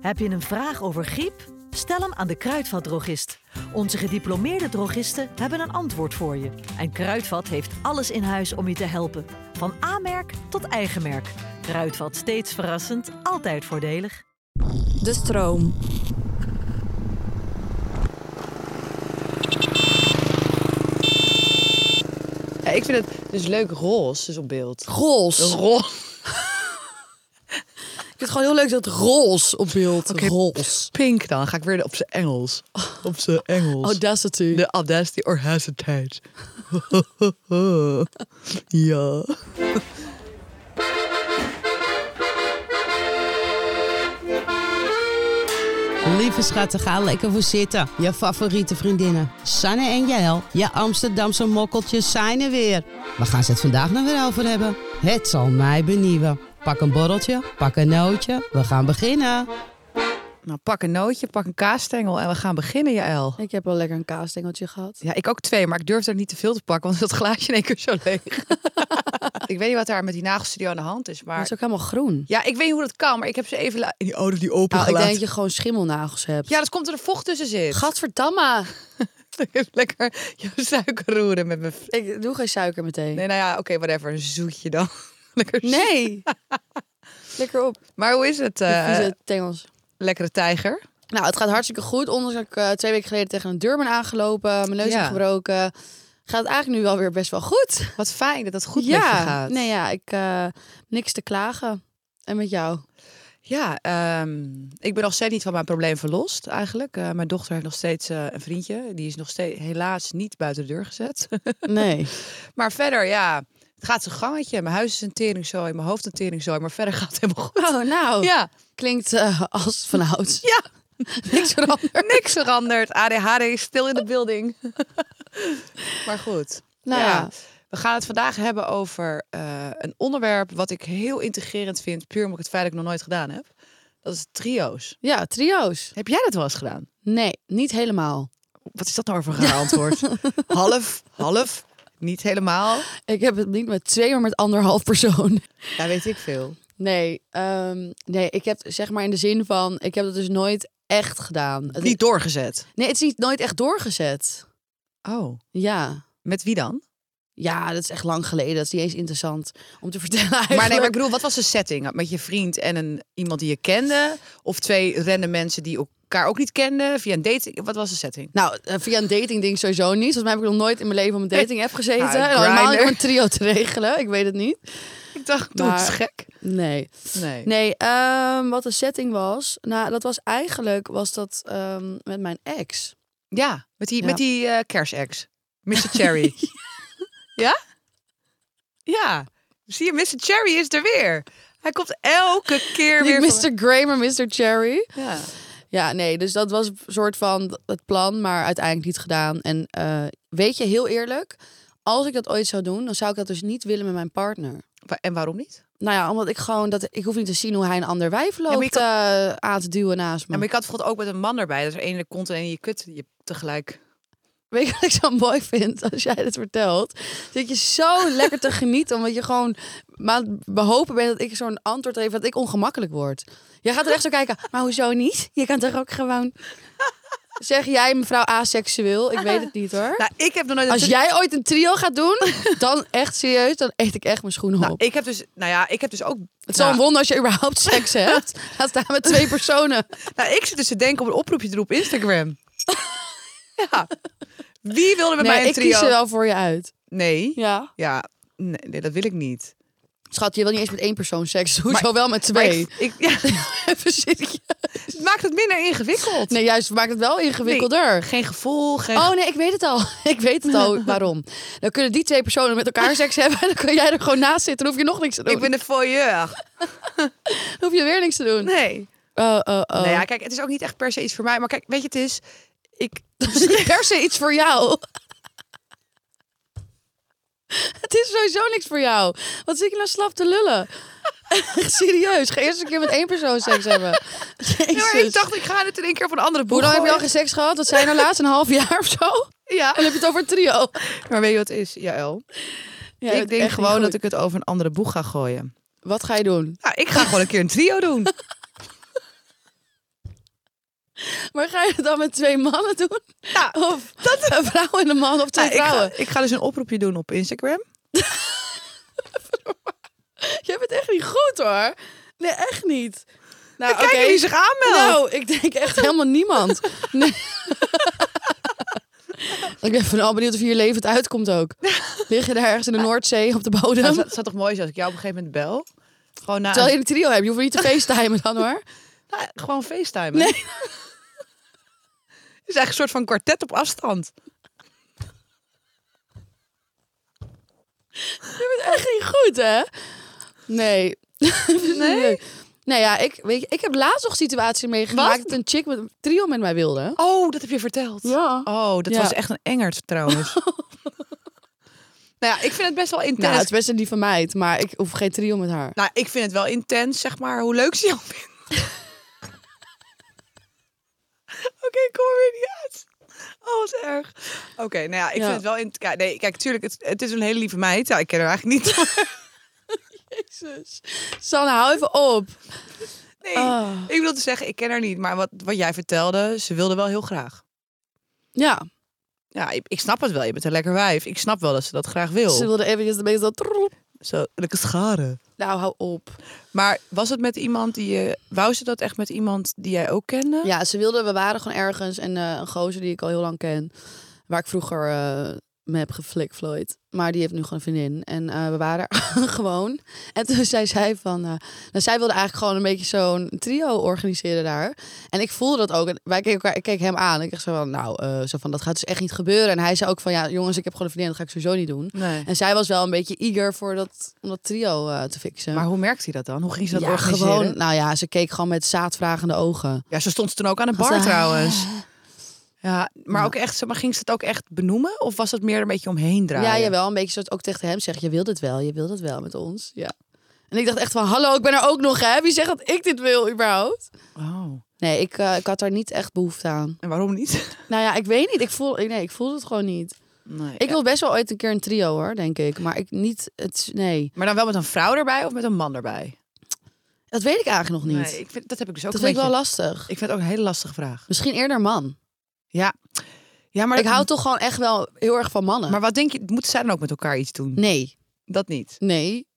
Heb je een vraag over griep? Stel hem aan de Kruidvatdrogist. Onze gediplomeerde drogisten hebben een antwoord voor je. En Kruidvat heeft alles in huis om je te helpen. Van A-merk tot eigen merk. Kruidvat steeds verrassend, altijd voordelig. De stroom. Ja, ik vind het dus leuk roze dus op beeld. Roze. Roze. Ik vind het gewoon heel leuk dat roze op beeld. Oké. dus Roze. Pink dan. Ga ik weer op zijn Engels. Op zijn Engels. Audacity. De Oh, audacity or hesitate. ja. Lieve schatten, ga lekker voor zitten. Je favoriete vriendinnen, Sanne en Jael, je Amsterdamse mokkeltjes zijn er weer. Waar gaan ze het vandaag nou weer over hebben? Het zal mij benieuwen. Pak een borreltje, pak een nootje, we gaan beginnen. Nou, pak een nootje, pak een kaasstengel en we gaan beginnen, Jaël. Ik heb wel lekker een kaasstengeltje gehad. Ja, ik ook twee, maar ik durf er niet te veel te pakken, want dat glaasje in één keer is zo leeg. ik weet niet wat daar met die nagelstudio aan de hand is, Maar Nou, maar... het is ook helemaal groen. Ja, ik weet niet hoe dat kan, maar ik heb ze even la- in die auto die open Nou, ik gelaten. denk dat je gewoon schimmelnagels hebt. Ja, dat komt er de vocht tussen zit. Gadverdamme. Lekker je suiker roeren met mijn... v- Ik doe geen suiker meteen. Nee, nou ja, oké, whatever. Een zoetje dan. Lekker zoet. Nee. lekker op. Maar hoe is het, eh, Die vieze tengels. lekkere tijger? Nou, het gaat hartstikke goed. Ondanks dat ik eh, twee weken geleden tegen een deur ben aangelopen, mijn neus Ja. heb gebroken, gaat het eigenlijk nu wel weer best wel goed. Wat fijn dat het goed ja. met je gaat. Nee, ja, ik eh, niks te klagen. En met jou? Ja, ehm, ik ben nog steeds niet van mijn probleem verlost eigenlijk. Eh, mijn dochter heeft nog steeds eh, een vriendje. Die is nog steeds helaas niet buiten de deur gezet. Nee. maar verder, ja, het gaat zijn gangetje. Mijn huis is een teringzooi, mijn hoofd een teringzooi. Maar verder gaat het helemaal goed. Oh, nou. Ja, Klinkt eh, als vanouds. ja, Niks veranderd. niks veranderd. ADHD is stil in de building. maar goed. Nou ja. ja. We gaan het vandaag hebben over eh, een onderwerp wat ik heel integrerend vind. Puur omdat ik het feitelijk nog nooit gedaan heb. Dat is trio's. Ja, trio's. Heb jij dat wel eens gedaan? Nee, niet helemaal. Wat is dat nou voor een raar antwoord? half, half, niet helemaal. Ik heb het niet met twee, maar met anderhalf persoon. Ja, weet ik veel. Nee, ehm, nee, ik heb zeg maar in de zin van, ik heb dat dus nooit echt gedaan. Het- Niet doorgezet. Nee, het is niet nooit echt doorgezet. Oh, Ja. met wie dan? Ja, dat is echt lang geleden. Dat is niet eens interessant om te vertellen Maar nee, maar ik eigenlijk. bedoel, wat was de setting? Met je vriend en een, iemand die je kende? Of twee random mensen die elkaar ook niet kenden? Via een dating? Wat was de setting? Nou, eh, via een dating ding sowieso niet. Volgens mij heb ik nog nooit in mijn leven op een dating app gezeten. Nou, en helemaal niet Grindr. om een trio te regelen. Ik weet het niet. Ik doe, dacht, toen het het is gek. Nee. Nee. Nee, ehm, wat de setting was. Nou, dat was eigenlijk was dat ehm, met mijn ex. Ja, met die, Ja. Met die eh, kersex. Mr. Cherry. ja? Ja. Zie je, Mr. Cherry is er weer. Hij komt elke keer weer. Niet van- Mr. Grey, maar Mr. Cherry. Ja. Ja, nee, dus dat was een soort van het plan, maar uiteindelijk niet gedaan. En eh, weet je, heel eerlijk, als ik dat ooit zou doen, dan zou ik dat dus niet willen met mijn partner. Wa- En waarom niet? Nou ja, omdat ik gewoon dat ik hoef niet te zien hoe hij een ander wijf maar je loopt eh, aan te duwen naast me. Ja, maar ik had bijvoorbeeld ook met een man erbij. Dat er één in de kont en één in je kut je tegelijk. Weet je wat ik zo mooi vind als jij dit vertelt? Dat je zo lekker te genieten, omdat je gewoon maar aan het behopen bent dat ik zo'n antwoord geef dat ik ongemakkelijk word. Jij gaat er echt zo kijken, maar hoezo niet? Je kan toch ook gewoon. Zeg jij mevrouw aseksueel? Ik weet het niet hoor. Nou, ik heb nog nooit... Als jij ooit een trio gaat doen, dan echt serieus, dan eet ik echt mijn schoenen Nou, op. ik heb dus... Nou ja, ik heb dus ook... Het is al nou, een wonder als je überhaupt seks hebt. Laat staan met twee personen. nou, ik zit dus te denken om een oproepje te doen op Instagram. ja. Wie wilde met mij Nee, een ik trio? kies er wel voor je uit. Nee. Ja. Ja. Nee, nee, dat wil ik niet. Schat, je wil niet eens met één persoon seks. Hoezo Maar- wel met Maar twee? Ik, ik- ja, Even serieus. het maakt het minder ingewikkeld. Nee, juist, maakt het wel ingewikkelder. Geen gevoel, geen... Oh nee, ik weet het al. Ik weet het al waarom. Dan kunnen die twee personen met elkaar seks hebben. En dan kun jij er gewoon naast zitten. Dan hoef je nog niks te doen. ik ben de foyeur. Dan hoef je weer niks te doen. Nee. Oh, oh, oh. Nou ja, kijk, het is ook niet echt per se iets voor mij. Maar kijk, weet je, het is... Ik, Het is niet per se iets voor jou. Het is sowieso niks voor jou. Wat zit je nou slap te lullen? Echt serieus. Ga eerst een keer met één persoon seks hebben. Ja, maar Jezus. ik dacht, ik ga het in één keer op een andere boek Hoe lang heb je al gooien. geen seks gehad? Wat zijn nou laatst? Een half jaar of zo? Ja. En dan heb je het over een trio. Maar weet je wat het is, Jaël? Ja, ik denk gewoon dat ik het over een andere boeg ga gooien. Wat ga je doen? Nou, ik ga gewoon een keer een trio doen. Maar ga je het dan met twee mannen doen? Ja, Of een vrouw en een man of twee Nou, ik, vrouwen? ga, ik ga dus een oproepje doen op Instagram. Jij bent echt niet goed hoor. Nee, echt niet. Nou, Kijk oké. wie zich aanmeldt. Nou, ik denk echt helemaal niemand. Nee. ik ben vooral benieuwd of je hier levend uitkomt ook. Lig je daar ergens in de Noordzee op de bodem? Nou, het zou toch mooi zijn als ik jou op een gegeven moment bel? Gewoon, na, Terwijl je een trio hebt, je hoeft niet te facetimen dan hoor. nou, gewoon facetimen. Nee. Het is eigenlijk een soort van kwartet op afstand. Echt niet goed hè? Nee. Nee? Nou ja, ik, weet je, ik heb laatst nog situaties meegemaakt Wat? dat een chick met een trio met mij wilde. Oh, dat heb je verteld. Ja. Oh, dat Ja. was echt een engert trouwens. nou ja, ik vind het best wel intens. Nou, Nou, het is best een lieve meid, maar ik hoef geen trio met haar. ik vind het wel intens, zeg maar, hoe leuk ze jou vindt. Oké, ik kom er weer niet uit. Oh, wat erg. Oké, nou ja, ik Ja. vind het wel... In... Ja, nee, kijk, tuurlijk, het, het is een hele lieve meid. Ja, ik ken haar eigenlijk niet. Jezus. Sanne, hou even op. Nee, Ah. ik wil te zeggen, ik ken haar niet. Maar wat, wat jij vertelde, ze wilde wel heel graag. Ja, Ja, ik, ik snap het wel. Je bent een lekker wijf. Ik snap wel dat ze dat graag wil. ze wilde eventjes de beetje dat... Zo, lekker scharen. Nou, hou op. Maar was het met iemand die je... Wou ze dat echt met iemand die jij ook kende? Ja, ze wilde, we waren gewoon ergens en eh, een gozer die ik al heel lang ken, waar ik vroeger eh me heb geflikt, Floyd. Maar die heeft nu gewoon een vriendin. En eh, we waren er gewoon. En toen zei zij van, eh, nou, zij wilde eigenlijk gewoon een beetje zo'n trio organiseren daar. En ik voelde dat ook. En wij keken elkaar, ik keek hem aan. En ik dacht zo van, nou, eh, zo van, dat gaat dus echt niet gebeuren. En hij zei ook van, ja, jongens, ik heb gewoon een vriendin, dat ga ik sowieso niet doen. Nee. En zij was wel een beetje eager voor dat, om dat trio eh, te fixen. Maar hoe merkte hij dat dan? Hoe ging ze dat ja, organiseren? gewoon, nou ja, ze keek gewoon met zaadvragende ogen. Ja, ze stond toen ook aan een bar Als, eh, trouwens. Ja, maar, ook echt, zeg maar ging ze het ook echt benoemen? Of was het meer een beetje omheen draaien? Ja, jawel. Een beetje soort ook tegen hem zeggen, je wil dit wel, je wil dit wel met ons. Ja. En ik dacht echt van, hallo, ik ben er ook nog, hè? Wie zegt dat ik dit wil, überhaupt? Oh. Nee, ik, eh, ik had daar niet echt behoefte aan. En waarom niet? Nou ja, ik weet niet. Ik voel, ik- nee, ik voel het gewoon niet. Nee, Ik wil best wel ooit een keer een trio, hoor, denk ik. Maar ik niet, het, nee. Maar dan wel met een vrouw erbij of met een man erbij? Dat weet ik eigenlijk nog niet. Nee, ik vind, dat heb ik dus ook dat een vind ik wel beetje- lastig. Ik vind het ook een hele lastige vraag. Misschien eerder man. Ja, ja maar, ik hou toch gewoon echt wel heel erg van mannen. maar wat denk je, moeten zij dan ook met elkaar iets doen? Nee, Dat niet. nee.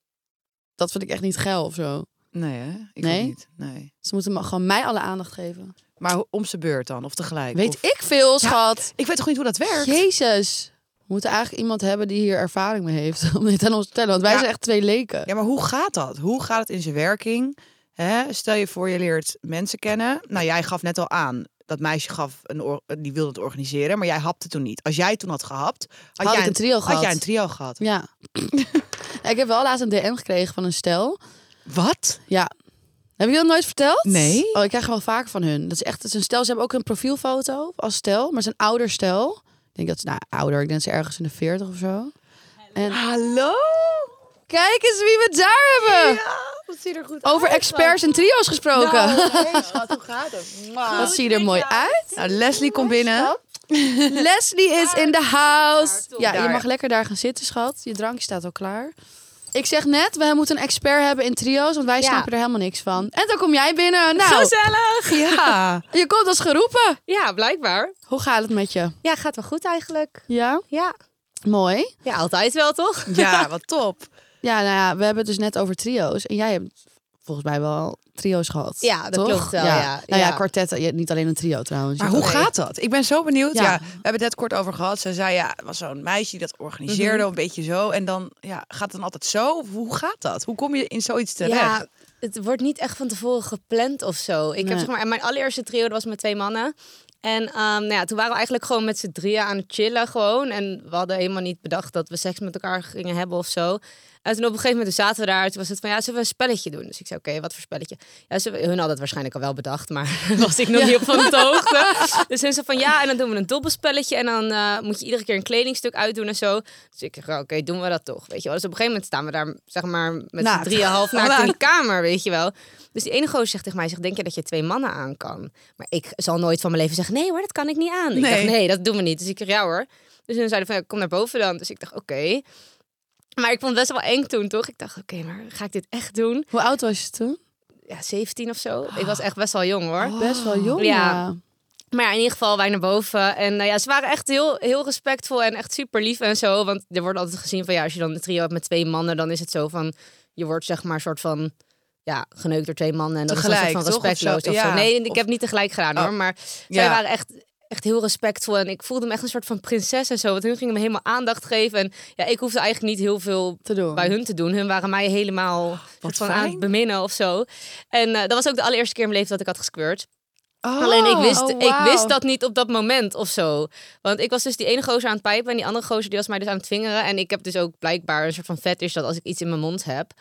Dat vind ik echt niet geil of zo. Nee, hè? Ik ook Nee? niet. Nee. Ze moeten me- gewoon mij alle aandacht geven. Maar ho- om zijn beurt dan, of tegelijk? Weet of- ik veel, schat. Ik weet toch niet hoe dat werkt? Jezus. We moeten eigenlijk iemand hebben die hier ervaring mee heeft. Om dit aan ons te vertellen. Want wij Ja. zijn echt twee leken. Ja, maar hoe gaat dat? Hoe gaat het in zijn werking? Hè? Stel je voor, je leert mensen kennen. Nou, jij gaf net al aan. Dat meisje gaf een or- die wilde het organiseren, maar jij hapte toen niet. Als jij toen had gehapt, had, Had jij, ik een trio had gehad. jij een trio gehad. Ja. Ja, ik heb wel laatst een DM gekregen van een stel. Wat? Ja. Heb je dat nooit verteld? Nee. Oh, ik krijg er wel vaker van hun. Dat is echt, dat is een stel. Ze hebben ook een profielfoto als stel, maar ze zijn ouder stel. Ik denk dat ze, nou, ouder. Ik denk dat ze ergens in de 40 of zo. En Hallo? kijk eens wie we daar hebben. Wat ziet er goed Nou, Over experts en trio's gesproken. hoe gaat het? Wat zie je er mooi uit. Nou, Leslie komt binnen. Leslie is in the house. Ja, je Daar. mag lekker daar gaan zitten, schat. Je drankje staat al klaar. Ik zeg net, we moeten een expert hebben in trio's, want wij snappen er helemaal niks van. En dan kom jij binnen. Nou, Gezellig! Ja. je komt als geroepen. Ja, blijkbaar. Hoe gaat het met je? Ja, gaat wel goed eigenlijk. Ja, Ja. mooi. Ja, altijd wel toch? ja, wat top. Ja, nou ja, we hebben het dus net over trio's. En jij hebt volgens mij wel trio's gehad. Ja, dat toch? klopt wel, ja. Nou ja, Ja. kwartetten. Je hebt niet alleen een trio trouwens. Maar Je hoe hebt ook- gaat dat? Ik ben zo benieuwd. Ja. Ja. we hebben het net kort over gehad. Ze zei ja, het was zo'n meisje die dat organiseerde, een beetje zo. En dan ja, gaat het dan altijd zo? Of hoe gaat dat? Hoe kom je in zoiets terecht? Ja, het wordt niet echt van tevoren gepland of zo. Ik Nee. heb zeg maar, mijn allereerste trio dat was met twee mannen. En ehm, nou ja, toen waren we eigenlijk gewoon met z'n drieën aan het chillen gewoon. En we hadden helemaal niet bedacht dat we seks met elkaar gingen hebben of zo. En toen op een gegeven moment toen zaten we daar. Toen was het van, ja, zullen we een spelletje doen? Dus ik zei, oké, wat voor spelletje? Ja, ze, hun hadden het waarschijnlijk al wel bedacht, maar was ik nog niet op van de hoogte. Dus hun zei van, ja, en dan doen we een dobbelspelletje. En dan eh, moet je iedere keer een kledingstuk uitdoen en zo. Dus ik dacht, oké, doen we dat toch, weet je wel. Dus op een gegeven moment staan we daar, zeg maar, met z'n Naakt. drieën half naakt in Naakt. de kamer, weet je wel. Dus die ene gozer zegt tegen mij, zegt, denk je dat je twee mannen aan kan? Maar ik zal nooit van mijn leven zeggen, nee hoor, dat kan ik niet aan. Ik Nee. dacht, nee, dat doen we niet. Dus ik dacht, ja hoor. Dus hun zeiden van, ja, kom naar boven dan. Dus ik dacht, oké. Maar ik vond het best wel eng toen, toch? Ik dacht, oké, maar ga ik dit echt doen? Hoe oud was je toen? Oh. Ja, 17 of zo. Ik was echt best wel jong, hoor. Best wel jong. Ja. Maar ja, in ieder geval, wij naar boven. En nou ja, ze waren echt heel, heel respectvol en echt super lief en zo. Want er wordt altijd gezien van ja, als je dan een trio hebt met twee mannen, dan is het zo van je wordt zeg maar soort van ja, geneukt door twee mannen. En dat is Tegelijk, een soort toch? van Of zo, respectloos of zo. ja. Nee, ik Of- heb niet tegelijk gedaan Oh. hoor. Maar zij Ja. waren echt, echt heel respectvol. En ik voelde me echt een soort van prinses en zo. Want hun gingen me helemaal aandacht geven. En ja, ik hoefde eigenlijk niet heel veel Te doen. bij hun te doen. Hun waren mij helemaal soort van aan fijn. het beminnen of zo. En eh, dat was ook de allereerste keer in mijn leven dat ik had gesquirt. Oh, Alleen ik wist, oh, ik wauw. wist dat niet op dat moment of zo. Want ik was dus die ene gozer aan het pijpen en die andere gozer die was mij dus aan het vingeren. En ik heb dus ook blijkbaar een soort van vet is dat als ik iets in mijn mond heb,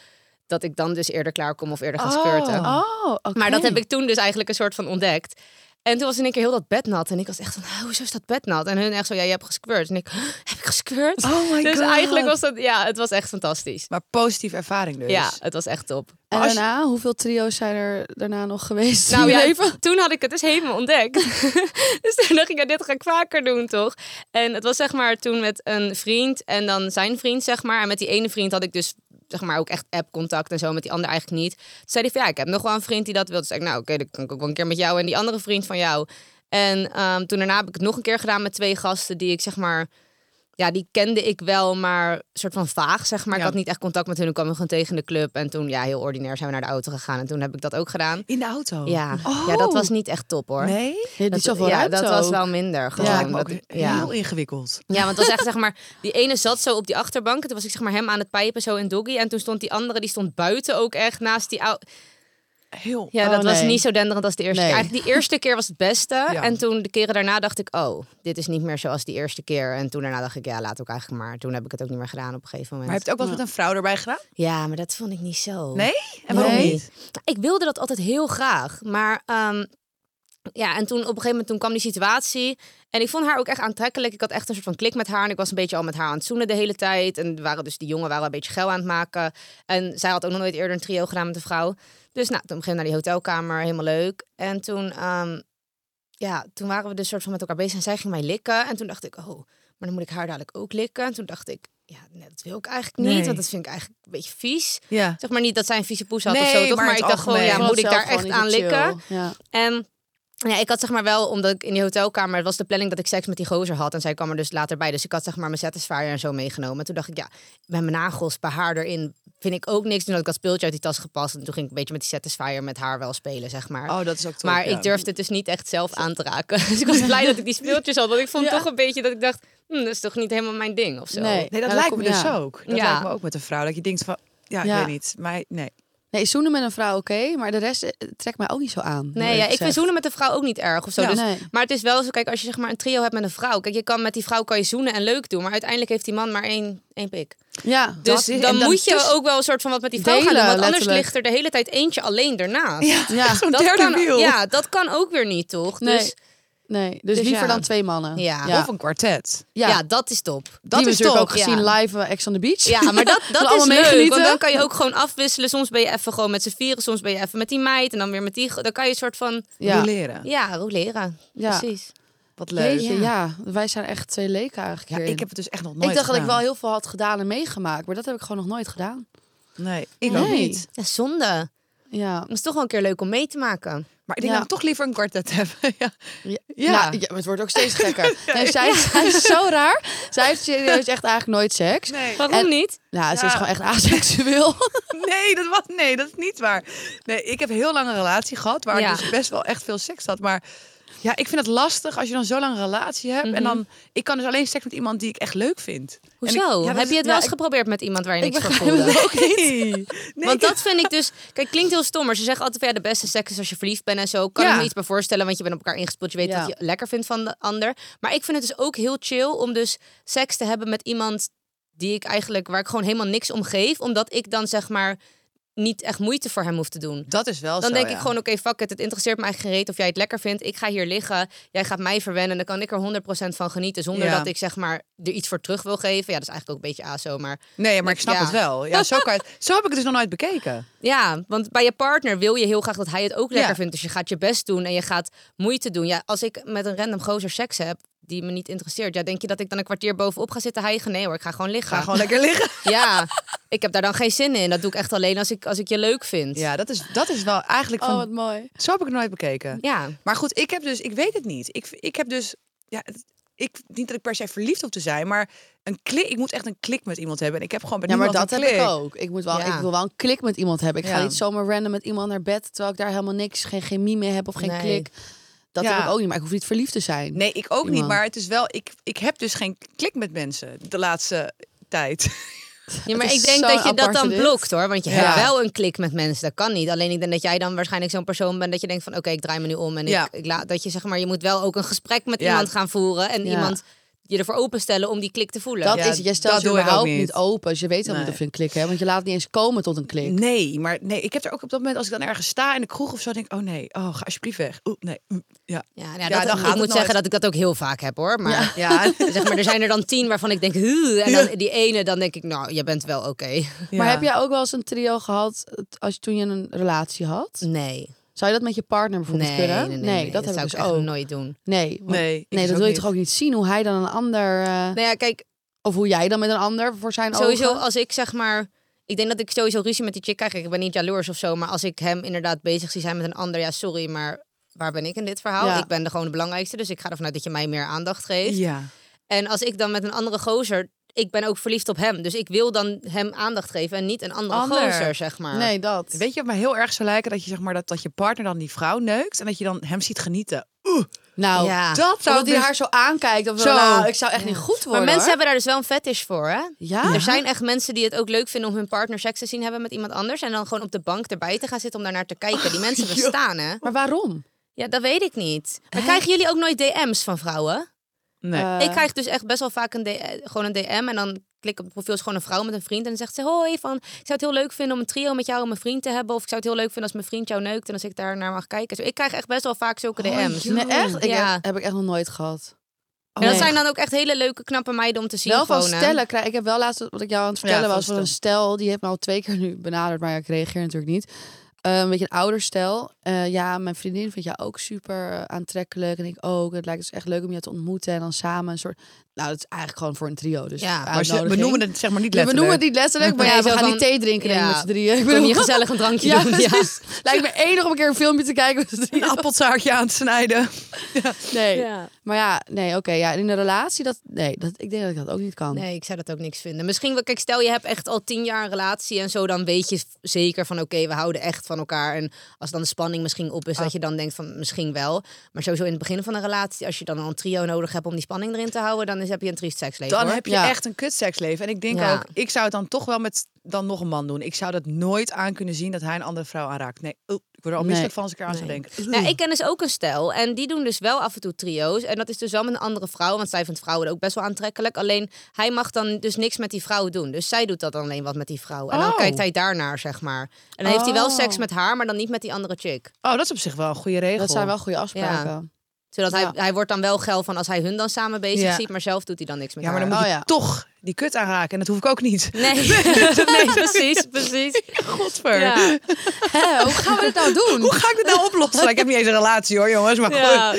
dat ik dan dus eerder klaarkom of eerder ga squirten. Oh, oké. Maar dat heb ik toen dus eigenlijk een soort van ontdekt. En toen was in één keer heel dat bed nat. En ik was echt van, "Huh, hoezo is dat bed nat? En hun echt zo, ja, je hebt gesquirt. En ik, "Huh, heb ik gesquirt? Oh my dus god. eigenlijk was dat, ja, het was echt fantastisch. Maar positieve ervaring dus. Ja, het was echt top. En Als je- daarna, hoeveel trio's zijn er daarna nog geweest Nou in je ja, leven? toen had ik het dus helemaal ontdekt. dus toen dacht ik, ja, dit ga ik vaker doen, toch? En het was zeg maar toen met een vriend en dan zijn vriend, zeg maar. En met die ene vriend had ik dus zeg maar ook echt app-contact en zo, met die ander eigenlijk niet. Toen zei hij van, ja, ik heb nog wel een vriend die dat wil. Toen zei ik, nou oké, dan kan ik ook wel een keer met jou en die andere vriend van jou. En ehm, toen daarna heb ik het nog een keer gedaan met twee gasten die ik zeg maar... Ja, die kende ik wel, maar soort van vaag, zeg maar. Ja. Ik had niet echt contact met hun. Ik kwam me gewoon tegen in de club. En toen, ja, heel ordinair zijn we naar de auto gegaan. En toen heb ik dat ook gedaan. In de auto? Ja. Oh. ja, dat was niet echt top hoor. Nee? Ja, die Dat- zoveel ja, ruimte dat was ook. wel minder. Dat Gewoon. lijkt me ook Dat- ja. heel ingewikkeld. ja, want het was echt zeg maar, die ene zat zo op die achterbank. En toen was ik zeg maar hem aan het pijpen zo in doggy. En toen stond die andere, die stond buiten ook echt naast die au- Heel. Ja, Oh, dat was nee. niet zo denderend als de eerste Nee. keer. Eigenlijk die eerste keer was het beste. En toen de keren daarna dacht ik, oh, dit is niet meer zoals die eerste keer. En toen daarna dacht ik, ja, laat ook eigenlijk maar. Toen heb ik het ook niet meer gedaan op een gegeven moment. Maar heb je het ook wat met een vrouw erbij gedaan? Ja, maar dat vond ik niet zo. Nee? En waarom Nee. niet? Ik wilde dat altijd heel graag. Maar ehm, ja, en toen op een gegeven moment toen kwam die situatie. En ik vond haar ook echt aantrekkelijk. Ik had echt een soort van klik met haar. En ik was een beetje al met haar aan het zoenen de hele tijd. En er waren dus die jongen waren een beetje geil aan het maken. En zij had ook nog nooit eerder een trio gedaan met een vrouw. Dus nou, toen begin naar die hotelkamer, helemaal leuk. En toen, ehm, ja, toen waren we dus soort van met elkaar bezig. En zij ging mij likken. En toen dacht ik, oh, maar dan moet ik haar dadelijk ook likken. En toen dacht ik, ja, nee, dat wil ik eigenlijk niet. Nee. Want dat vind ik eigenlijk een beetje vies. Ja. Zeg maar niet dat zij een vieze poes had Nee, of zo, maar toch? Maar, in ik het dacht gewoon, ja, algemeen. moet ik daar Vanzelf echt gewoon aan niet zo likken? chill. Ja. En ja, ik had zeg maar wel, omdat ik in die hotelkamer, het was de planning dat ik seks met die gozer had. En zij kwam er dus later bij. Dus ik had zeg maar mijn satisfier en zo meegenomen. En toen dacht ik, ja, met mijn nagels bij haar erin vind ik ook niks. Toen had ik dat speeltje uit die tas gepast. En toen ging ik een beetje met die satisfier met haar wel spelen, zeg maar. Oh, dat is ook top. maar ja. ik durfde het dus niet echt zelf aan te raken. Dus ik was blij dat ik die speeltjes had. Want ik vond Ja. toch een beetje dat ik dacht, hm, dat is toch niet helemaal mijn ding of zo. Nee. Nee, dat Ja, dan lijkt kom me je- dus ja. ook. Dat Ja. lijkt me ook met een vrouw. Dat je denkt van, ja, Ja. ik weet niet. Maar nee. Nee, zoenen met een vrouw oké, maar de rest eh, trekt mij ook niet zo aan. Nee, eerlijk ja, ik vind gezegd. zoenen met een vrouw ook niet erg of zo. Ja. dus, Nee. Maar het is wel zo, kijk, als je zeg maar een trio hebt met een vrouw. Kijk, je kan met die vrouw kan je zoenen en leuk doen. Maar uiteindelijk heeft die man maar één, één pik. Ja, Dus is- dan, en dan moet je tussen- ook wel een soort van wat met die vrouw gaan Delen, doen. Want anders letterlijk. ligt er de hele tijd eentje alleen daarnaast. ja, Zo'n derde kan, wiel. ja, dat kan ook weer niet, toch? nee, Dus nee. Dus, Dus liever ja. dan twee mannen. Ja. ja. Of een kwartet. ja. ja. dat is top. dat is is natuurlijk top, ook gezien ja. live eh, Ex on the Beach. Ja, maar dat, dat allemaal is leuk. meegenieten. Want dan kan je ook gewoon afwisselen. Soms ben je even gewoon met z'n vieren. Soms ben je even met die meid. En dan weer met die. Dan kan je een soort van... ja. Leren. Ja, roleren. Ja. Precies. Wat leuk. Jeetje, ja. Wij zijn echt twee leken eigenlijk Ja, hierin. ik heb het dus echt nog nooit ik dacht dat ik wel gedaan. heel veel had gedaan en meegemaakt, maar dat heb ik gewoon nog nooit gedaan. Nee, ik ook Nee. niet. Ja, zonde. Ja. Het is toch wel een keer leuk om mee te maken. Maar ik denk Ja. dat we toch liever een kwartet hebben. ja. Ja. Ja. Nou, ja, maar het wordt ook steeds gekker. Nee, zij, zij is zo raar. Zij heeft serieus echt eigenlijk nooit seks. Nee. Waarom En- niet? Nou, ze is Ja. gewoon echt aseksueel. Nee, dat was, nee, dat is niet waar. Nee, ik heb heel lang een relatie gehad waar Ja. ik dus best wel echt veel seks had. Maar ja, ik vind het lastig als je dan zo lang een relatie hebt. En dan, ik kan dus alleen seks met iemand die ik echt leuk vind. En ik- Mhm. Hoezo? ja, dat Heb is- je het wel ja, eens geprobeerd met iemand waar je Ik niks van begrijp voelde? het ook niet. Nee. Nee, Want ik- dat vind ik dus... Kijk, klinkt heel stom, maar ze zeggen altijd... van, Ja, de beste seks is als je verliefd bent en zo. Kan Ja. ik me iets bij voorstellen, want je bent op elkaar ingespeeld. Je weet Ja. wat je lekker vindt van de ander. Maar ik vind het dus ook heel chill om dus seks te hebben met iemand... die ik eigenlijk, waar ik gewoon helemaal niks om geef. Omdat ik dan zeg maar niet echt moeite voor hem hoef te doen. dat is wel Dan zo, denk ja. ik gewoon, oké, fuck it. Het interesseert me eigenlijk gereed of jij het lekker vindt. Ik ga hier liggen. Jij gaat mij verwennen. Dan kan ik er 100% van genieten. Zonder Ja. dat ik zeg maar er iets voor terug wil geven. Ja, dat is eigenlijk ook een beetje aso. Maar Nee, maar ik snap Ja. het wel. Ja, zo, kan het, zo heb ik het dus nog nooit bekeken. ja, want bij je partner wil je heel graag dat hij het ook lekker Ja. vindt. Dus je gaat je best doen en je gaat moeite doen. Ja, als ik met een random gozer seks heb, die me niet interesseert. Ja, denk je dat ik dan een kwartier bovenop ga zitten hijgen? Nee hoor, ik ga gewoon liggen. Ga gewoon lekker liggen. Ja, ik heb daar dan geen zin in. Dat doe ik echt alleen als ik, als ik je leuk vind. Ja, dat is, dat is wel eigenlijk Oh, van... wat mooi. Zo heb ik het nooit bekeken. ja. Maar goed, ik heb dus, ik weet het niet. Ik, ik heb dus, ja, het- ik, niet dat ik per se verliefd hoop te zijn, maar een klik, ik moet echt een klik met iemand hebben. En ik heb gewoon bij Ja, maar niemand dat een heb ik klik. ook. Ik, moet wel, Ja. ik wil wel een klik met iemand hebben. Ik ga Ja. niet zomaar random met iemand naar bed, terwijl ik daar helemaal niks, geen chemie mee heb of geen Nee. klik. Dat Ja. heb ik ook niet, maar ik hoef niet verliefd te zijn. Nee, ik ook niet. Iemand. Maar het is wel, ik, ik heb dus geen klik met mensen de laatste tijd. Ja, maar Het is ik denk zo'n dat je dat aparte dan dit. blokt hoor. Want je Ja. hebt wel een klik met mensen. Dat kan niet. Alleen ik denk dat jij dan waarschijnlijk zo'n persoon bent dat je denkt van oké, ik draai me nu om. En Ja. ik, ik laat dat je zeg maar, je moet wel ook een gesprek met Ja. iemand gaan voeren. En Ja. iemand je ervoor openstellen om die klik te voelen. Dat Ja, is, jij stelt dat je doe ik ook überhaupt niet. niet. open. Dus je weet helemaal Nee. niet of je een klik hebt. Want je laat niet eens komen tot een klik. Nee, maar nee, ik heb er ook op dat moment, als ik dan ergens sta in de kroeg of zo, denk ik, oh nee, oh, ga alsjeblieft weg. Oeh, nee. oeh, Ja. Ja, nou, Ja, dat, dan gaat ik het moet nooit. zeggen dat ik dat ook heel vaak heb hoor. Maar, Ja. zeg maar er zijn er dan tien waarvan ik denk, "Huh." en Ja. dan die ene, dan denk ik, nou, je bent wel oké. Maar heb jij ook wel eens een trio gehad het- als je, toen je een relatie had? Nee. Zou je dat met je partner bijvoorbeeld Nee, nee, kunnen? nee, nee, dat, heb zou ik ik dus echt ook. nooit doen. Nee, want- Nee, ik nee dus dat ook wil je niet. toch ook niet zien hoe hij dan een ander... eh, Nou ja, kijk, Of hoe jij dan met een ander voor zijn Sowieso, ogen... als ik zeg maar. Ik denk dat ik sowieso ruzie met die chick krijg. Ik ben niet jaloers of zo. Maar als ik hem inderdaad bezig zie zijn met een ander. Ja, sorry, maar waar ben ik in dit verhaal? Ja. Ik ben de, gewoon de belangrijkste. Dus ik ga ervan uit dat je mij meer aandacht geeft. Ja. En als ik dan met een andere gozer. Ik ben ook verliefd op hem. Dus ik wil dan hem aandacht geven. En niet een andere Ander. gozer, zeg maar. Nee, dat. Weet je wat mij heel erg zou lijken? Dat je, zeg maar, dat, dat je partner dan die vrouw neukt en dat je dan hem ziet genieten. Nou, Ja. dat zou omdat hij dus- haar zo aankijkt. Of Zo. Nou, ik zou echt niet goed worden. maar mensen hoor. hebben daar dus wel een fetish voor, hè? Ja? Er zijn echt mensen die het ook leuk vinden om hun partner seks te zien hebben met iemand anders. En dan gewoon op de bank erbij te gaan zitten om daarnaar te kijken. Die mensen bestaan, hè? Maar waarom? Ja, dat weet ik niet. Maar krijgen jullie ook nooit DM's van vrouwen? Nee. Eh, ik krijg dus echt best wel vaak een DM, gewoon een DM. En dan klik op het profiel, is gewoon een vrouw met een vriend. En dan zegt ze, hoi, van, ik zou het heel leuk vinden om een trio met jou en mijn vriend te hebben. Of ik zou het heel leuk vinden als mijn vriend jou neukt en als ik daar naar mag kijken. Zo, ik krijg echt best wel vaak Oh, zulke DM's. Oh, Nee, echt? Ik Ja. heb, heb ik echt nog nooit gehad. Oh, en dat nee. zijn dan ook echt hele leuke, knappe meiden om te zien. wel van gewoon, hè. stellen krijg ik heb wel laatst wat ik jou aan het vertellen Ja, van was van een stel die heeft me al twee keer nu benaderd maar ja, ik reageer natuurlijk niet Eh, een beetje een ouder stel Eh, ja mijn vriendin vindt jou ook super eh, aantrekkelijk en ik ook het lijkt dus echt leuk om je te ontmoeten en dan samen een soort nou dat is eigenlijk gewoon voor een trio dus Ja, maar ze Maar ze, we uitnodiging. noemen het zeg maar niet Ja, we letterlijk. noemen het niet letterlijk maar Nee, ja, we zo gaan van- niet thee drinken denk ik Ja. met z'n drieën ik Kom bedoel je gezellig een drankje ja, doen. Ja. precies. lijkt me enig om een keer een filmpje te kijken met z'n drieën. een appeltaartje aan het snijden. nee maar ja nee oké ja in een relatie dat nee dat ik denk dat ik dat ook niet kan Nee, ik zou dat ook niks vinden. Misschien, wel- kijk, stel je hebt echt al tien jaar een relatie en zo, dan weet je v- zeker van oké, we houden echt van elkaar. En als dan de spanning misschien op is, dat je dan denkt van misschien wel. Maar sowieso in het begin van een relatie, als je dan al een trio nodig hebt om die spanning erin te houden, dan is, heb je een triest seksleven. Dan hoor. heb je Ja. echt een kutseksleven. En ik denk Ja. ook, ik zou het dan toch wel met dan nog een man doen. Ik zou dat nooit aan kunnen zien dat hij een andere vrouw aanraakt. Nee, oeh, ik word er Nee. al misselijk van als ik eraan zou Nee. denken. Nou, ik ken dus ook een stel en die doen dus wel af en toe trio's. En dat is dus wel met een andere vrouw, want zij vindt vrouwen ook best wel aantrekkelijk. Alleen hij mag dan dus niks met die vrouw doen. Dus zij doet dat dan alleen wat met die vrouw. En dan Oh. kijkt hij daarnaar, zeg maar. En dan heeft hij wel seks met haar, maar dan niet met die andere chick. Oh, dat is op zich wel een goede regel. dat zijn wel goede afspraken Zodat Ja. hij, hij wordt dan wel geil van als hij hun dan samen bezig Ja. ziet, maar zelf doet hij dan niks met Ja, maar haar. dan moet Oh, je ja. toch die kut aanraken. En dat hoef ik ook niet. Nee. nee, precies, precies. Godver. Ja. Hè, hoe gaan we dit nou doen? Hoe ga ik dit nou oplossen? ik heb niet eens een relatie hoor, jongens. Maar goed. Ja.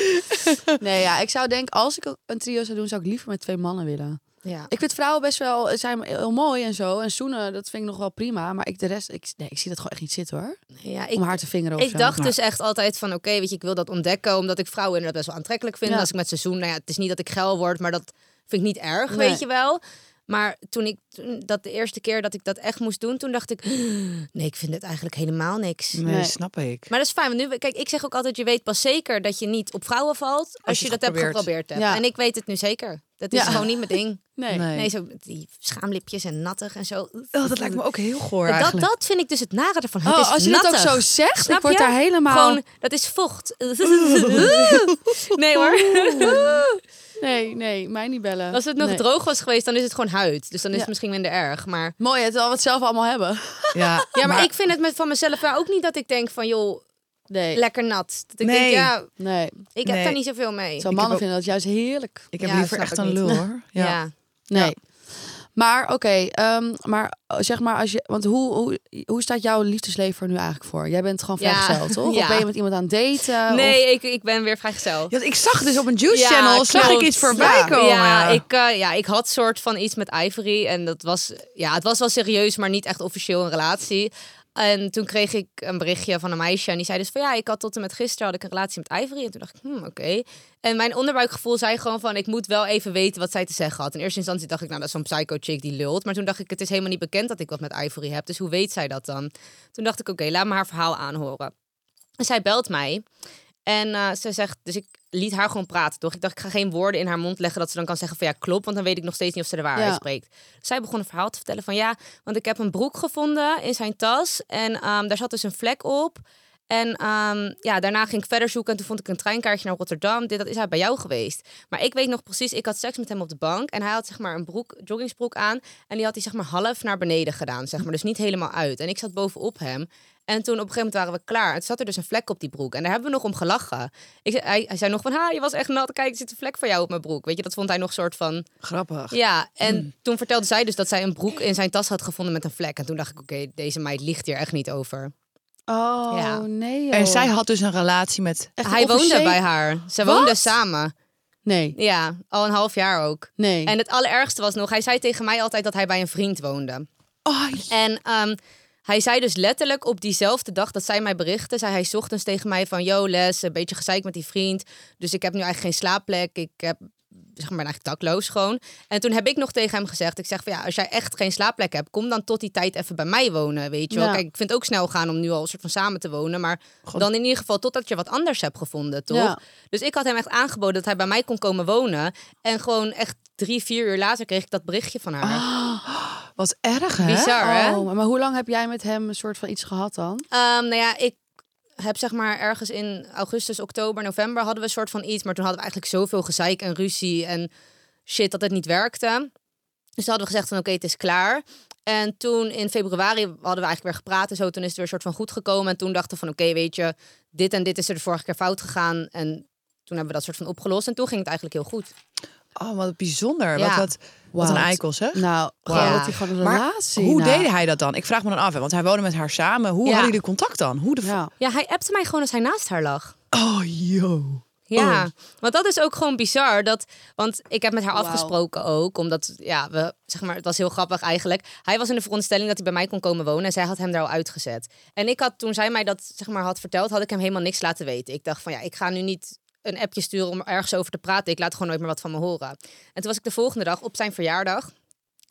Nee, ja, ik zou denk als ik een trio zou doen, zou ik liever met twee mannen willen. Ja. Ik vind vrouwen best wel, ze zijn heel mooi en zo. En zoenen, dat vind ik nog wel prima. Maar ik de rest, ik, nee, ik zie dat gewoon echt niet zitten hoor. Ja, Om ik, haar te vingeren of ik zo. dacht dus echt altijd van, oké, weet je, ik wil dat ontdekken, omdat ik vrouwen inderdaad best wel aantrekkelijk vind. Ja. Als ik met seizoen, nou ja, het is niet dat ik geil word, maar dat vind ik niet erg, Nee. weet je wel. Maar toen ik toen- dat de eerste keer dat ik dat echt moest doen, toen dacht ik, nee, ik vind het eigenlijk helemaal niks. Nee, Nee. snap ik. Maar dat is fijn. Want nu, kijk, ik zeg ook altijd: je weet pas zeker dat je niet op vrouwen valt als, Als je je, het dat hebt geprobeerd. geprobeerd hebt. Ja. En ik weet het nu zeker. Dat is Ja. gewoon niet mijn ding. Nee. Nee. Nee, zo met die schaamlipjes en nattig en zo. Oh, dat lijkt me ook heel goor dat, eigenlijk. dat vind ik dus het nare ervan. Het is Oh, als je dat ook nattig. zo zegt, Snap ik word je? daar helemaal... Gewoon, dat is vocht. nee hoor. Nee, nee, mij niet bellen. Als het nog Nee. droog was geweest, dan is het gewoon huid. Dus dan is Ja. het misschien minder erg. Maar Mooi, hè, terwijl we het zelf allemaal hebben. Ja, ja, maar, ik vind het met, van mezelf wel ook niet dat ik denk van joh, Nee, lekker nat. Dat ik Nee. denk, ja, nee. ik heb Nee. daar niet zoveel mee. Terwijl mannen vinden dat juist heerlijk. ik heb Ja, liever snap echt ik een niet. lul hoor. Ja. ja. Nee. Maar oké, ehm, maar eh, zeg maar, als je, want hoe, hoe, hoe staat jouw liefdesleven er nu eigenlijk voor? Jij bent gewoon Ja. vrijgezel, toch? Of Ja. ben je met iemand aan het daten? Of... Nee, ik, ik ben weer vrijgezel. Ja, ik zag dus op een Juice Ja, Channel, zag ik klopt. iets voorbij komen. Ja, ik, eh, ja, ik had soort van iets met Ivory. En dat was, ja, het was wel serieus, maar niet echt officieel een relatie. En toen kreeg ik een berichtje van een meisje. En die zei dus van ja, ik had tot en met gisteren had ik een relatie met Ivory. En toen dacht ik, hmm, oké. En mijn onderbuikgevoel zei gewoon van ik moet wel even weten wat zij te zeggen had. In eerste instantie dacht ik, nou dat is zo'n psycho chick die lult. Maar toen dacht ik, het is helemaal niet bekend dat ik wat met Ivory heb. Dus hoe weet zij dat dan? Toen dacht ik, oké, laat me haar verhaal aanhoren. En zij belt mij. En eh, ze zegt, dus ik liet haar gewoon praten, toch? Ik dacht, ik ga geen woorden in haar mond leggen dat ze dan kan zeggen van ja, klopt, want dan weet ik nog steeds niet of ze de waarheid Ja. spreekt. Zij begon een verhaal te vertellen van ja, want ik heb een broek gevonden in zijn tas en ehm, daar zat dus een vlek op. En ehm, ja, daarna ging ik verder zoeken en toen vond ik een treinkaartje naar Rotterdam. Dit, dat is hij bij jou geweest. Maar ik weet nog precies, ik had seks met hem op de bank en hij had zeg maar een broek, joggingsbroek aan en die had hij zeg maar half naar beneden gedaan, zeg maar. Dus niet helemaal uit. En ik zat bovenop hem en toen op een gegeven moment waren we klaar. Het zat er dus een vlek op die broek. En daar hebben we nog om gelachen. Ik, zei- hij, hij zei nog van, ha, je was echt nat. Kijk, er zit een vlek van jou op mijn broek. Weet je, dat vond hij nog soort van... Grappig. Ja, en Hmm. toen vertelde zij dus dat zij een broek in zijn tas had gevonden met een vlek. En toen dacht ik, oké, deze meid liegt hier echt niet over. Oh, Ja. nee. joh. En zij had dus een relatie met... Echt hij woonde officieel- bij haar. Ze Wat? woonden samen. Nee, Ja, al een half jaar ook. nee. En het allerergste was nog, hij zei tegen mij altijd dat hij bij een vriend woonde. Oh, En ehm, hij zei dus letterlijk op diezelfde dag dat zij mij berichtte, zei hij 's ochtends tegen mij van, yo Les, een beetje gezeik met die vriend. Dus ik heb nu eigenlijk geen slaapplek. Ik heb, zeg maar, ben eigenlijk dakloos gewoon. En toen heb ik nog tegen hem gezegd, ik zeg van ja, als jij echt geen slaapplek hebt, kom dan tot die tijd even bij mij wonen, weet je wel. Ja. Kijk, ik vind het ook snel gaan om nu al een soort van samen te wonen, maar God. dan in ieder geval totdat je wat anders hebt gevonden, toch? Ja. Dus ik had hem echt aangeboden dat hij bij mij kon komen wonen. En gewoon echt drie, vier uur later kreeg ik dat berichtje van haar. Ah, wat erg, hè? Bizar, hè? Oh, maar hoe lang heb jij met hem een soort van iets gehad dan? Ehm, nou ja, ik heb zeg maar ergens in augustus, oktober, november hadden we een soort van iets. Maar toen hadden we eigenlijk zoveel gezeik en ruzie en shit dat het niet werkte. Dus toen hadden we gezegd van oké, het is klaar. En toen in februari hadden we eigenlijk weer gepraat en zo. Toen is het weer soort van goed gekomen. En toen dachten we van oké, weet je, dit en dit is er de vorige keer fout gegaan. En toen hebben we dat soort van opgelost. En toen ging het eigenlijk heel goed. Oh, wat bijzonder. Ja. Wat, wat, wat een Wauw. eikel, zeg. Nou, Wauw. gewoon dat hij gewoon een Maar relatie. Hoe nou. deed hij dat dan? Ik vraag me dan af, hè, want hij woonde met haar samen. Hoe Ja. hadden jullie contact dan? Hoe de... f- Ja. Ja, hij appte mij gewoon als hij naast haar lag. Oh, yo. Ja, want dat is ook gewoon bizar. Dat, want ik heb met haar Wauw. afgesproken ook, omdat ja, we, zeg maar, het was heel grappig eigenlijk. Hij was in de veronderstelling dat hij bij mij kon komen wonen en zij had hem daar al uitgezet. En ik had, toen zij mij dat zeg maar, had verteld, had ik hem helemaal niks laten weten. Ik dacht van ja, ik ga nu niet een appje sturen om ergens over te praten. Ik laat gewoon nooit meer wat van me horen. En toen was ik de volgende dag op zijn verjaardag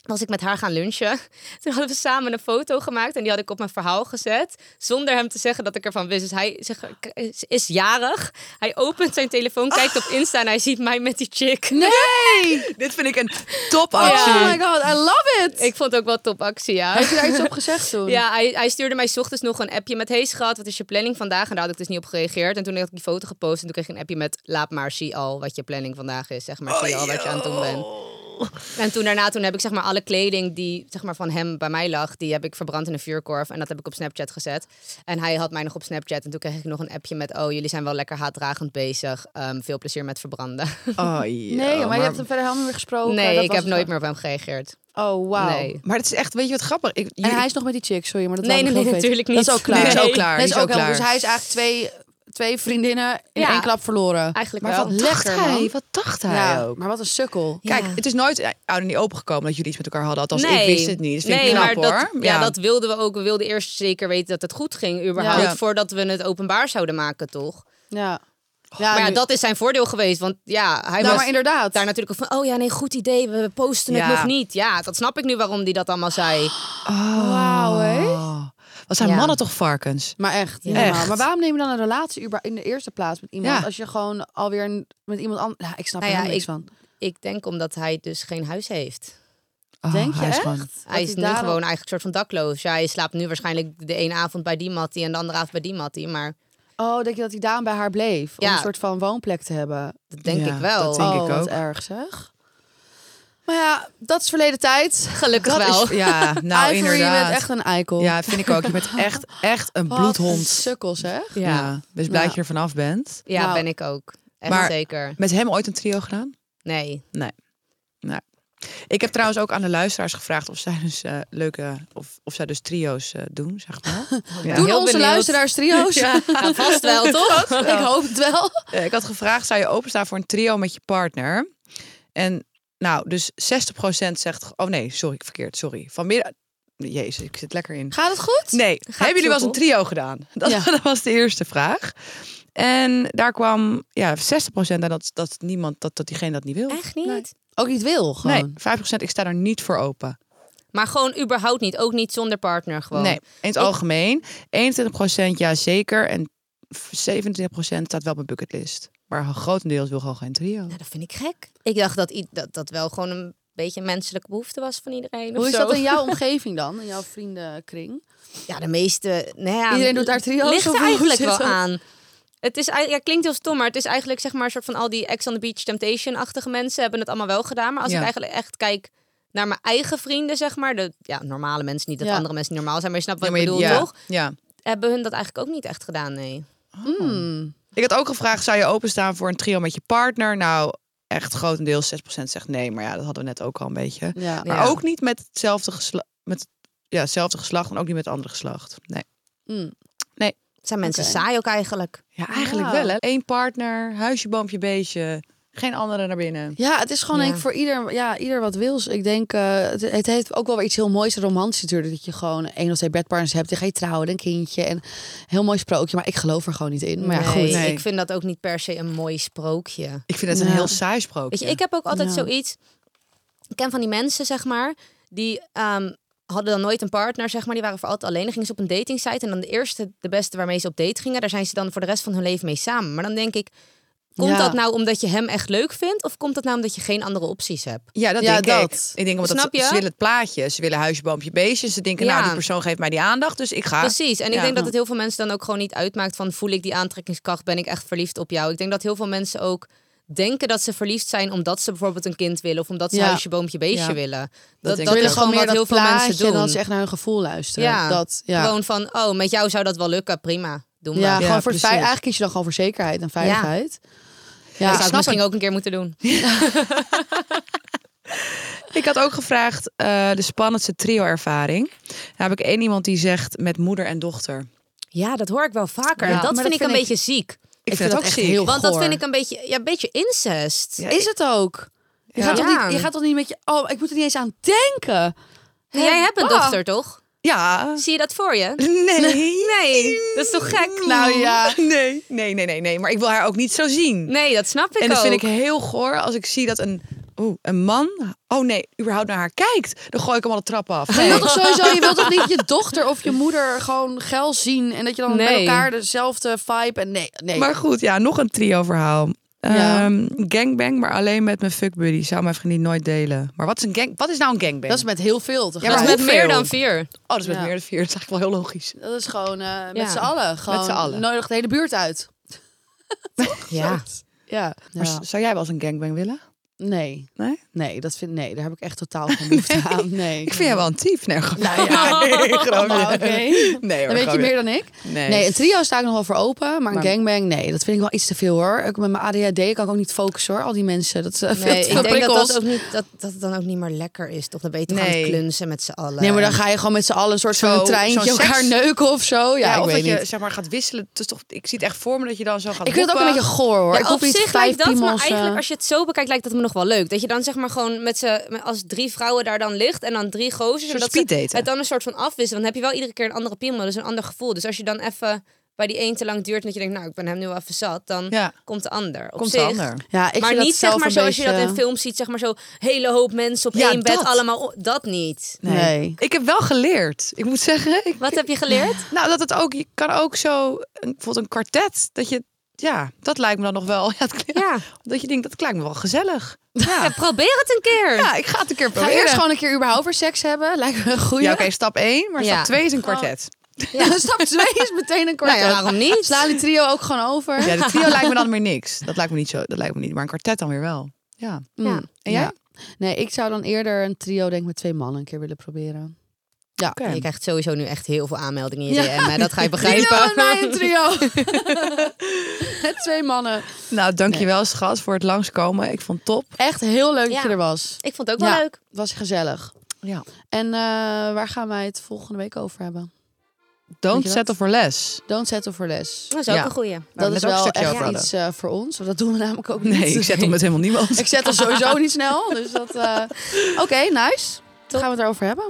was ik met haar gaan lunchen. Toen hadden we samen een foto gemaakt en die had ik op mijn verhaal gezet. Zonder hem te zeggen dat ik ervan wist. Dus hij zeg, is- is jarig. Hij opent zijn telefoon, kijkt op Insta en hij ziet mij met die chick. Nee! Dit vind ik een Ja. topactie. Oh my god, I love it! Ik vond het ook wel topactie, ja. Heb je daar iets op gezegd toen? Ja, hij, hij stuurde mij 's ochtends nog een appje met... Hey schat, wat is je planning vandaag? En daar had ik dus niet op gereageerd. En toen had ik die foto gepost en toen kreeg ik een appje met... Laat maar, zie al wat je planning vandaag is. Zeg Oh, Oh, maar, zie al wat je aan het doen bent. En toen daarna toen heb ik zeg maar alle kleding die zeg maar, van hem bij mij lag... die heb ik verbrand in een vuurkorf en dat heb ik op Snapchat gezet. En hij had mij nog op Snapchat en toen kreeg ik nog een appje met... Oh, jullie zijn wel lekker haatdragend bezig. Ehm, veel plezier met verbranden. Oh, yo, Nee, maar, je hebt hem verder helemaal niet meer gesproken. nee, Oh, Dat ik was heb het nooit meer op hem gereageerd. gewoon. Oh, wauw. Nee. Maar het is echt, weet je wat grappig? Ik, En jullie- hij is nog met die chick, sorry, maar dat Nee, wou ik nee, nog nee, even weten. natuurlijk Dat is ook klaar. niet. Nee, is Nee. ook klaar. Dat is ook klaar. helemaal. Dus hij is eigenlijk twee, twee vriendinnen in Ja. één klap verloren. Eigenlijk Maar wel. wat dacht Lekker, hij? man. Wat dacht hij Ja, ook? maar wat een sukkel. Kijk, Ja. het is nooit eh, oud en niet opengekomen dat jullie iets met elkaar hadden. Althans, ik wist het niet. Dat vind ik knap, maar dat, hoor. Ja. dat wilden we ook. We wilden eerst zeker weten dat het goed ging, überhaupt. Ja. Voordat we het openbaar zouden maken, toch? Ja. Ja, maar ja, nu- dat is zijn voordeel geweest. Want ja, hij nou, was maar inderdaad. daar natuurlijk ook van... Oh ja, nee, goed idee. We posten het Ja. nog niet. Ja, dat snap ik nu waarom hij dat allemaal zei. Wauw, hè? Oh, wat zijn Ja. mannen toch varkens? Maar echt, Ja. niet normaal. Echt. Maar waarom neem je dan een relatie über- in de eerste plaats met iemand? Ja. Als je gewoon alweer een- met iemand anders... Ja, ik snap Nou er ja, helemaal niks ik- van. Ik denk omdat hij dus geen huis heeft. Oh, Denk hij je is echt? gewoon- Dat Hij is nu daarom- gewoon eigenlijk een soort van dakloos. Ja, hij slaapt nu waarschijnlijk de ene avond bij die mattie... en de andere avond bij die mattie. Maar Oh, denk je dat hij daarom bij haar bleef? Om Ja. een soort van woonplek te hebben. dat denk Ja, ik wel. dat denk oh, ik wat ook. erg zeg. Maar ja, dat is verleden tijd. Gelukkig Dat wel. is- ja, nou Ivory, inderdaad. je bent echt een eikel. Ja, vind ik ook. Je bent echt, echt een Wat een bloedhond. sukkel zeg. Ja, ja. dus blij dat Ja. je er vanaf bent. Nou. ben ik ook. Echt Maar- zeker. Met hem ooit een trio gedaan? Nee. Nee. Ik heb trouwens ook aan de luisteraars gevraagd of zij dus eh, leuke, of, of zij dus trio's eh, doen, zeg maar. Ja. Doen heel onze benieuwd. luisteraars trio's? Nou, vast wel, toch? Ik hoop het wel. Eh, ik had gevraagd, zou je openstaan voor een trio met je partner? En nou, dus 60% zegt, oh nee, sorry, verkeerd, sorry. Vanmiddag, jezus, ik zit lekker in. Gaat het goed? Nee, hebben jullie wel eens een soepel? trio gedaan? Dat, Ja. dat was de eerste vraag. En daar kwam ja, 60% aan dat, dat niemand, dat, dat diegene dat niet wil. Echt niet. Ook niet wil, gewoon. Nee, 5% ik sta er niet voor open. Maar gewoon überhaupt niet. Ook niet zonder partner gewoon. Nee, in het algemeen. 21% ja zeker en 27% staat wel op mijn bucketlist. Maar grotendeels wil gewoon geen trio. Nou, dat vind ik gek. Ik dacht dat i- dat, dat wel gewoon een beetje een menselijke behoefte was van iedereen. Hoe of is zo. dat in jouw omgeving dan? In jouw vriendenkring? Ja, de meeste. Nou ja, Iedereen doet daar trio's Ligt of er hoe eigenlijk zit wel dat? aan. Het is, eigenlijk- ja, klinkt heel stom, maar het is eigenlijk zeg maar een soort van al die Ex on the Beach Temptation-achtige mensen hebben het allemaal wel gedaan. Maar als Ja. ik eigenlijk echt kijk naar mijn eigen vrienden, zeg maar, de ja, normale mensen, niet dat Ja. andere mensen niet normaal zijn, maar je snapt wat Ja, maar ik je- bedoel, ja, toch? Ja. Hebben hun dat eigenlijk ook niet echt gedaan, nee. Hmm. Ik had ook gevraagd, zou je openstaan voor een trio met je partner? Nou, echt grotendeels 6% zegt nee. Maar ja, dat hadden we net ook al een beetje. Ja. Maar ook niet met hetzelfde geslacht. Met ja, hetzelfde geslacht en ook niet met het andere geslacht. Nee. Hmm. Zijn mensen Oké. saai ook eigenlijk? Ja, eigenlijk Ja. wel hè. Eén partner, huisje, boompje, beestje. Geen andere naar binnen. Ja, het is gewoon Ja. denk ik voor ieder, ja, ieder wat wils. Ik denk, eh, het, het heeft ook wel weer iets heel moois romantisch natuurlijk. Dat je gewoon één of twee bedpartners hebt. Dan ga je trouwen, een kindje. En een heel mooi sprookje. Maar ik geloof er gewoon niet in. Maar ja, nee, goed. Nee. Ik vind dat ook niet per se een mooi sprookje. Ik vind het een Ja. heel saai sprookje. Weet je, ik heb ook altijd Ja. zoiets. Ik ken van die mensen, zeg maar, die ehm, hadden dan nooit een partner, zeg maar. Die waren voor altijd alleen. Dan gingen ze op een datingsite en dan de eerste, de beste waarmee ze op date gingen, daar zijn ze dan voor de rest van hun leven mee samen. Maar dan denk ik, komt Ja. dat nou omdat je hem echt leuk vindt? Of komt dat nou omdat je geen andere opties hebt? Ja, dat Ja, denk dat. ik. Ik denk omdat Snap ze, je? ze willen het plaatje. Ze willen huisje, boompje, beestje. Ze denken, nou, Ja. die persoon geeft mij die aandacht, dus ik ga. Ah, Precies. En ik Ja. denk dat het heel veel mensen dan ook gewoon niet uitmaakt van voel ik die aantrekkingskracht, ben ik echt verliefd op jou. Ik denk dat heel veel mensen ook denken dat ze verliefd zijn omdat ze bijvoorbeeld een kind willen of omdat ze Ja. huisje, boompje, beestje Ja. willen. denk ik Dat, dat, Ze willen is gewoon wat meer heel dat veel mensen plaatje doen. en dat ze echt naar hun gevoel luisteren. Ja. Dat, ja. Gewoon van, oh, met jou zou dat wel lukken, prima. Doen we. Ja, Ja, gewoon voor precies. vei- eigenlijk kies je dan gewoon voor zekerheid en veiligheid. Ja, ik zou snap het misschien ook een keer moeten doen. Ik had ook gevraagd eh, de spannendste trio-ervaring. Daar heb ik één iemand die zegt met moeder en dochter. Ik, Ja, dat hoor ik wel vaker. Ja, en maar dat vind dat ik vind een ik- beetje ziek. vind het dat ook echt ziek. heel- Want dat goor. vind ik een beetje, ja, een beetje incest. Ja, is het ook. Je, gaat Ja. toch niet, je gaat toch niet met je... Oh, ik moet er niet eens aan denken. Nee, jij hebt een bah. dochter, toch? Ja. Zie je dat voor je? Nee. Nee, dat is toch gek? Nou ja. Nee. nee, nee, nee, nee. Maar ik wil haar ook niet zo zien. Nee, dat snap ik en dat ook. vind ik heel goor als ik zie dat een, oeh, een man, oh nee, überhaupt naar haar kijkt. Dan gooi ik hem al de trap af. Maar Je wilt toch sowieso, je wilt toch niet je dochter of je moeder gewoon geil zien en dat je dan met Nee. elkaar dezelfde vibe en nee, nee. Maar goed, ja, nog een trio-verhaal. Ja. Ehm, gangbang, maar alleen met mijn fuckbuddy. Zou mijn vriendin nooit delen. Maar wat is, een gang, wat is nou een gangbang? dat is met heel veel. Toch? Ja, dat maar is met hoeveel? meer dan vier. oh, dat is met Ja. meer dan vier. Dat is eigenlijk wel heel logisch. dat is gewoon eh, met Ja. z'n allen. Gewoon z'n allen. nodig de hele buurt uit. Ja. Ja. Ja. Maar z- zou jij wel eens een gangbang willen? Nee. Nee? Nee, dat vind, nee, daar heb ik echt totaal geen behoefte aan. Nee. Ik vind jij wel een tief. Nee, gewoon- Nou ja, nee, grapje. nou, oké. Nee, hoor, Dan weet je grapje. meer dan ik. Nee. Nee, een trio sta ik nog wel voor open. Maar een Maar- gangbang, nee, dat vind ik wel iets te veel hoor. Ook met mijn ADHD kan ik ook niet focussen hoor. Al die mensen, dat is eh, veel Nee, te veel ik denk dat prikkels. dat, ook niet, dat, dat het dan ook niet meer lekker is. Toch dan ben je toch aan het Nee. klunsen met z'n allen. Nee, maar dan ga je gewoon met z'n allen een soort van Zo- een treintje zo'n elkaar seks- neuken of zo. Ja, Ja, ik of weet dat je niet. zeg maar gaat wisselen. Het is toch, ik zie het echt voor me dat je dan zo gaat Ik vind het ook een beetje hoppen. goor hoor. Ja, ik hoef op niet zich vijf lijkt dat, maar piemels, eh, eigenlijk als je het zo bekijkt lijkt dat me nog wel leuk. Dat je dan zeg maar gewoon met ze met- als drie vrouwen daar dan ligt en dan drie gozers. soort En dat speeddaten. ze het dan een soort van afwisselen. Want dan heb je wel iedere keer een andere piemel, dus een ander gevoel. Dus als je dan even bij die één te lang duurt en dat je denkt, nou ik ben hem nu wel even zat, dan Ja, komt de ander. Op komt zich. de ander. Ja, ik maar vind dat niet zeg zelf maar een zoals je dat beetje- in films ziet, zeg maar zo hele hoop mensen op Ja, één bed, dat. allemaal o- dat niet. Nee. Ik heb wel geleerd. Ik moet zeggen, ik, Wat heb je geleerd? nou dat het ook, je kan ook zo, een- bijvoorbeeld een kwartet, dat je, ja, dat lijkt me dan nog wel, ja, het klinkt- Ja, dat je denkt, dat klinkt me wel gezellig. ja, probeer het een keer. Ja, ik ga het een keer Ga proberen. eerst gewoon een keer überhaupt weer seks hebben. Lijkt me een goeie. Ja, Oh. oké, stap 1, maar Ja. stap 2 is een kwartet. Stap twee is meteen een Nou kwartet. ja, waarom niet? Sla die trio ook gewoon over. Ja, de trio lijkt me dan weer niks. Dat lijkt me niet zo, dat lijkt me niet, maar een kwartet dan weer wel. Ja. Mm. Ja. En jij? Nee, ik zou dan eerder een trio denk ik met twee mannen een keer willen proberen. Ja. Je Ik- krijgt sowieso nu echt heel veel aanmeldingen in je Ja. DM. hè. Dat ga je begrijpen. Trio en mij een trio. Met twee mannen. Nou, dankjewel schat voor het langskomen. Ik vond het top. Echt heel leuk dat Ja. je er was. Ik vond het ook wel Ja. leuk. Het was gezellig. Ja. En eh, waar gaan wij het volgende week over hebben? Weet Don't je wat? settle for less. Don't settle for less. Dat is ook Ja. een goeie. Waar Dat we is net wel ook een stukje echt over hadden. iets eh, voor ons. want Dat doen we namelijk ook niet. Nee, ik zet hem met helemaal niemand. Ik zet al sowieso niet snel. Dus dat. eh, Oké, nice. Dan gaan we het erover hebben.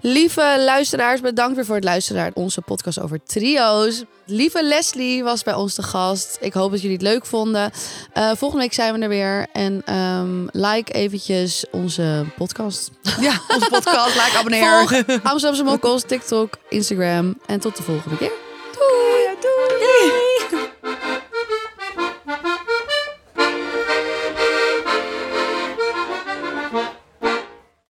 Lieve luisteraars, bedankt weer voor het luisteren naar onze podcast over trio's. Lieve Leslie was bij ons te gast. Ik hoop dat jullie het leuk vonden. Eh, volgende week zijn we er weer. En ehm, like eventjes onze podcast. Ja, onze podcast. Like, abonneer. Volg Amsterdamse Mokkels, TikTok, Instagram. En tot de volgende keer.